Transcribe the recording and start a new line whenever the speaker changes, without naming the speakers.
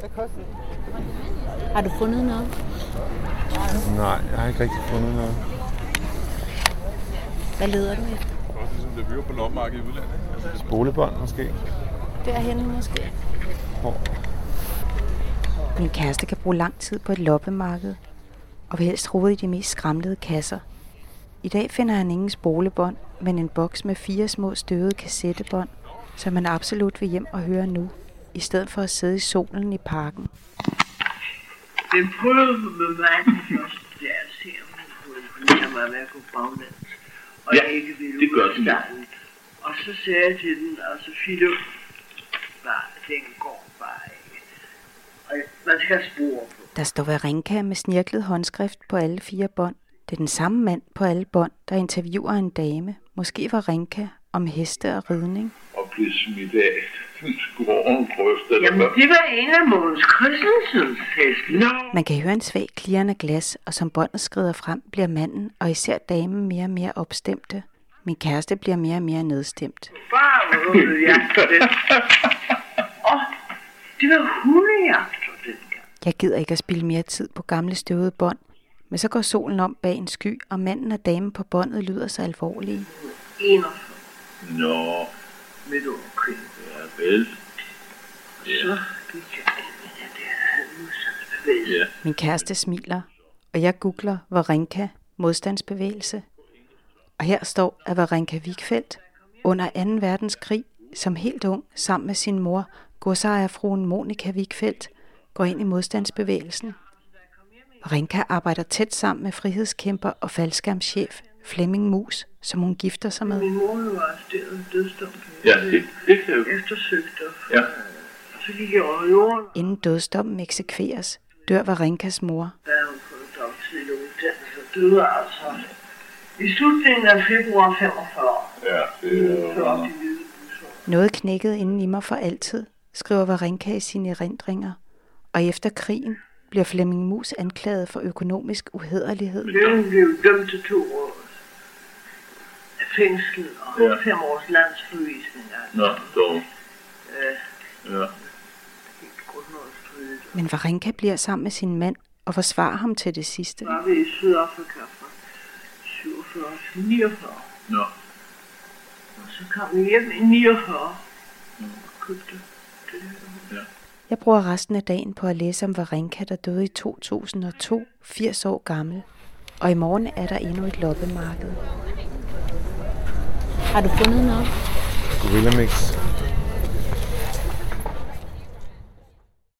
Hvad koster det?
Har du fundet noget?
Nej, jeg har ikke rigtig fundet noget.
Hvad leder du efter?
Også ligesom det vi var på loppemarkedet i udlandet. ikke? Altså, det-
Bolebånd måske?
Derhen måske.
Hvor?
Min kæreste kan bruge lang tid på et loppemarked, og vil helst rode i de mest skramlede kasser. I dag finder han ingen spolebånd, men en boks med fire små støvede kassettebånd, som han absolut vil hjem og høre nu, i stedet for at sidde i solen i parken.
Den prøvede med mig den første der, at se om hun kunne imponere mig med at gå baglæns. Og
Ja,
jeg ikke ville
det
ud
gør
af
den.
stangen. Og så sagde jeg til den, og så Philip, bare, den går bare ikke. Og man skal spore på.
Der står Varenka med snirklet håndskrift på alle fire bånd. Det er den samme mand på alle bånd, der interviewer en dame, måske Varenka, om heste og ridning.
Og blev smidt af den skåren grøft, eller
Jamen,
hvad?
det var en af Måns Christensens heste. Nå,
Man kan høre en svag klirrende glas, og som båndet skrider frem, bliver manden og især damen mere og mere opstemte. Min kæreste bliver mere og mere nedstemt.
bare røvede jeg på den. Åh, det var hundejagter dengang.
Jeg gider ikke at spille mere tid på gamle støvede bånd, men så går solen om bag en sky, og manden og damen på båndet lyder så alvorlige.
41
Nå,
midt over krigen.
ja vel.
Så gik jeg ind i den der modstandsbevægelse.
Ja.
Min kæreste smiler, og jeg googler Varenka modstandsbevægelse. Og her står, at Varenka Wigfeldt under 2. verdenskrig som helt ung sammen med sin mor, godsejerfruen Monika Wigfeldt, går ind i modstandsbevægelsen. Varenka arbejder tæt sammen med frihedskæmper og faldskærmschef Flemming Mus, som hun gifter sig med.
Min mor blev arresteret ved dødsdom.
Ja, det, det kan jo.
Eftersøgt og
Ja.
og så gik jeg over jorden,
Inden dødsdommen eksekveres, dør Varenkas mor.
da hun på en domtidlig uddannelse og døde altså. I slutningen af februar 45,
Ja, det er
så op
jo.
de hvide busser.
Noget knækkede inden i mig for altid, skriver Varenka i sine erindringer. Og efter krigen bliver Flemming Mus anklaget for økonomisk uhederlighed.
Løven blev dømt til to år af fængsel og
Ja.
ja. fem års landsforvisning. Altså,
Nå, dog.
øh,
Ja.
helt grundlovsstridigt.
Men Varenka bliver sammen med sin mand og forsvarer ham til det sidste.
var vi i Sydafrika fra 47 til 49.
Nå.
Og så kom vi hjem i 49 og købte det her.
Jeg bruger resten af dagen på at læse om Varenka, der døde i 2002, 80 år gammel. Og i morgen er der endnu et loppemarked.
Har du fundet noget?
Gorilla Mix.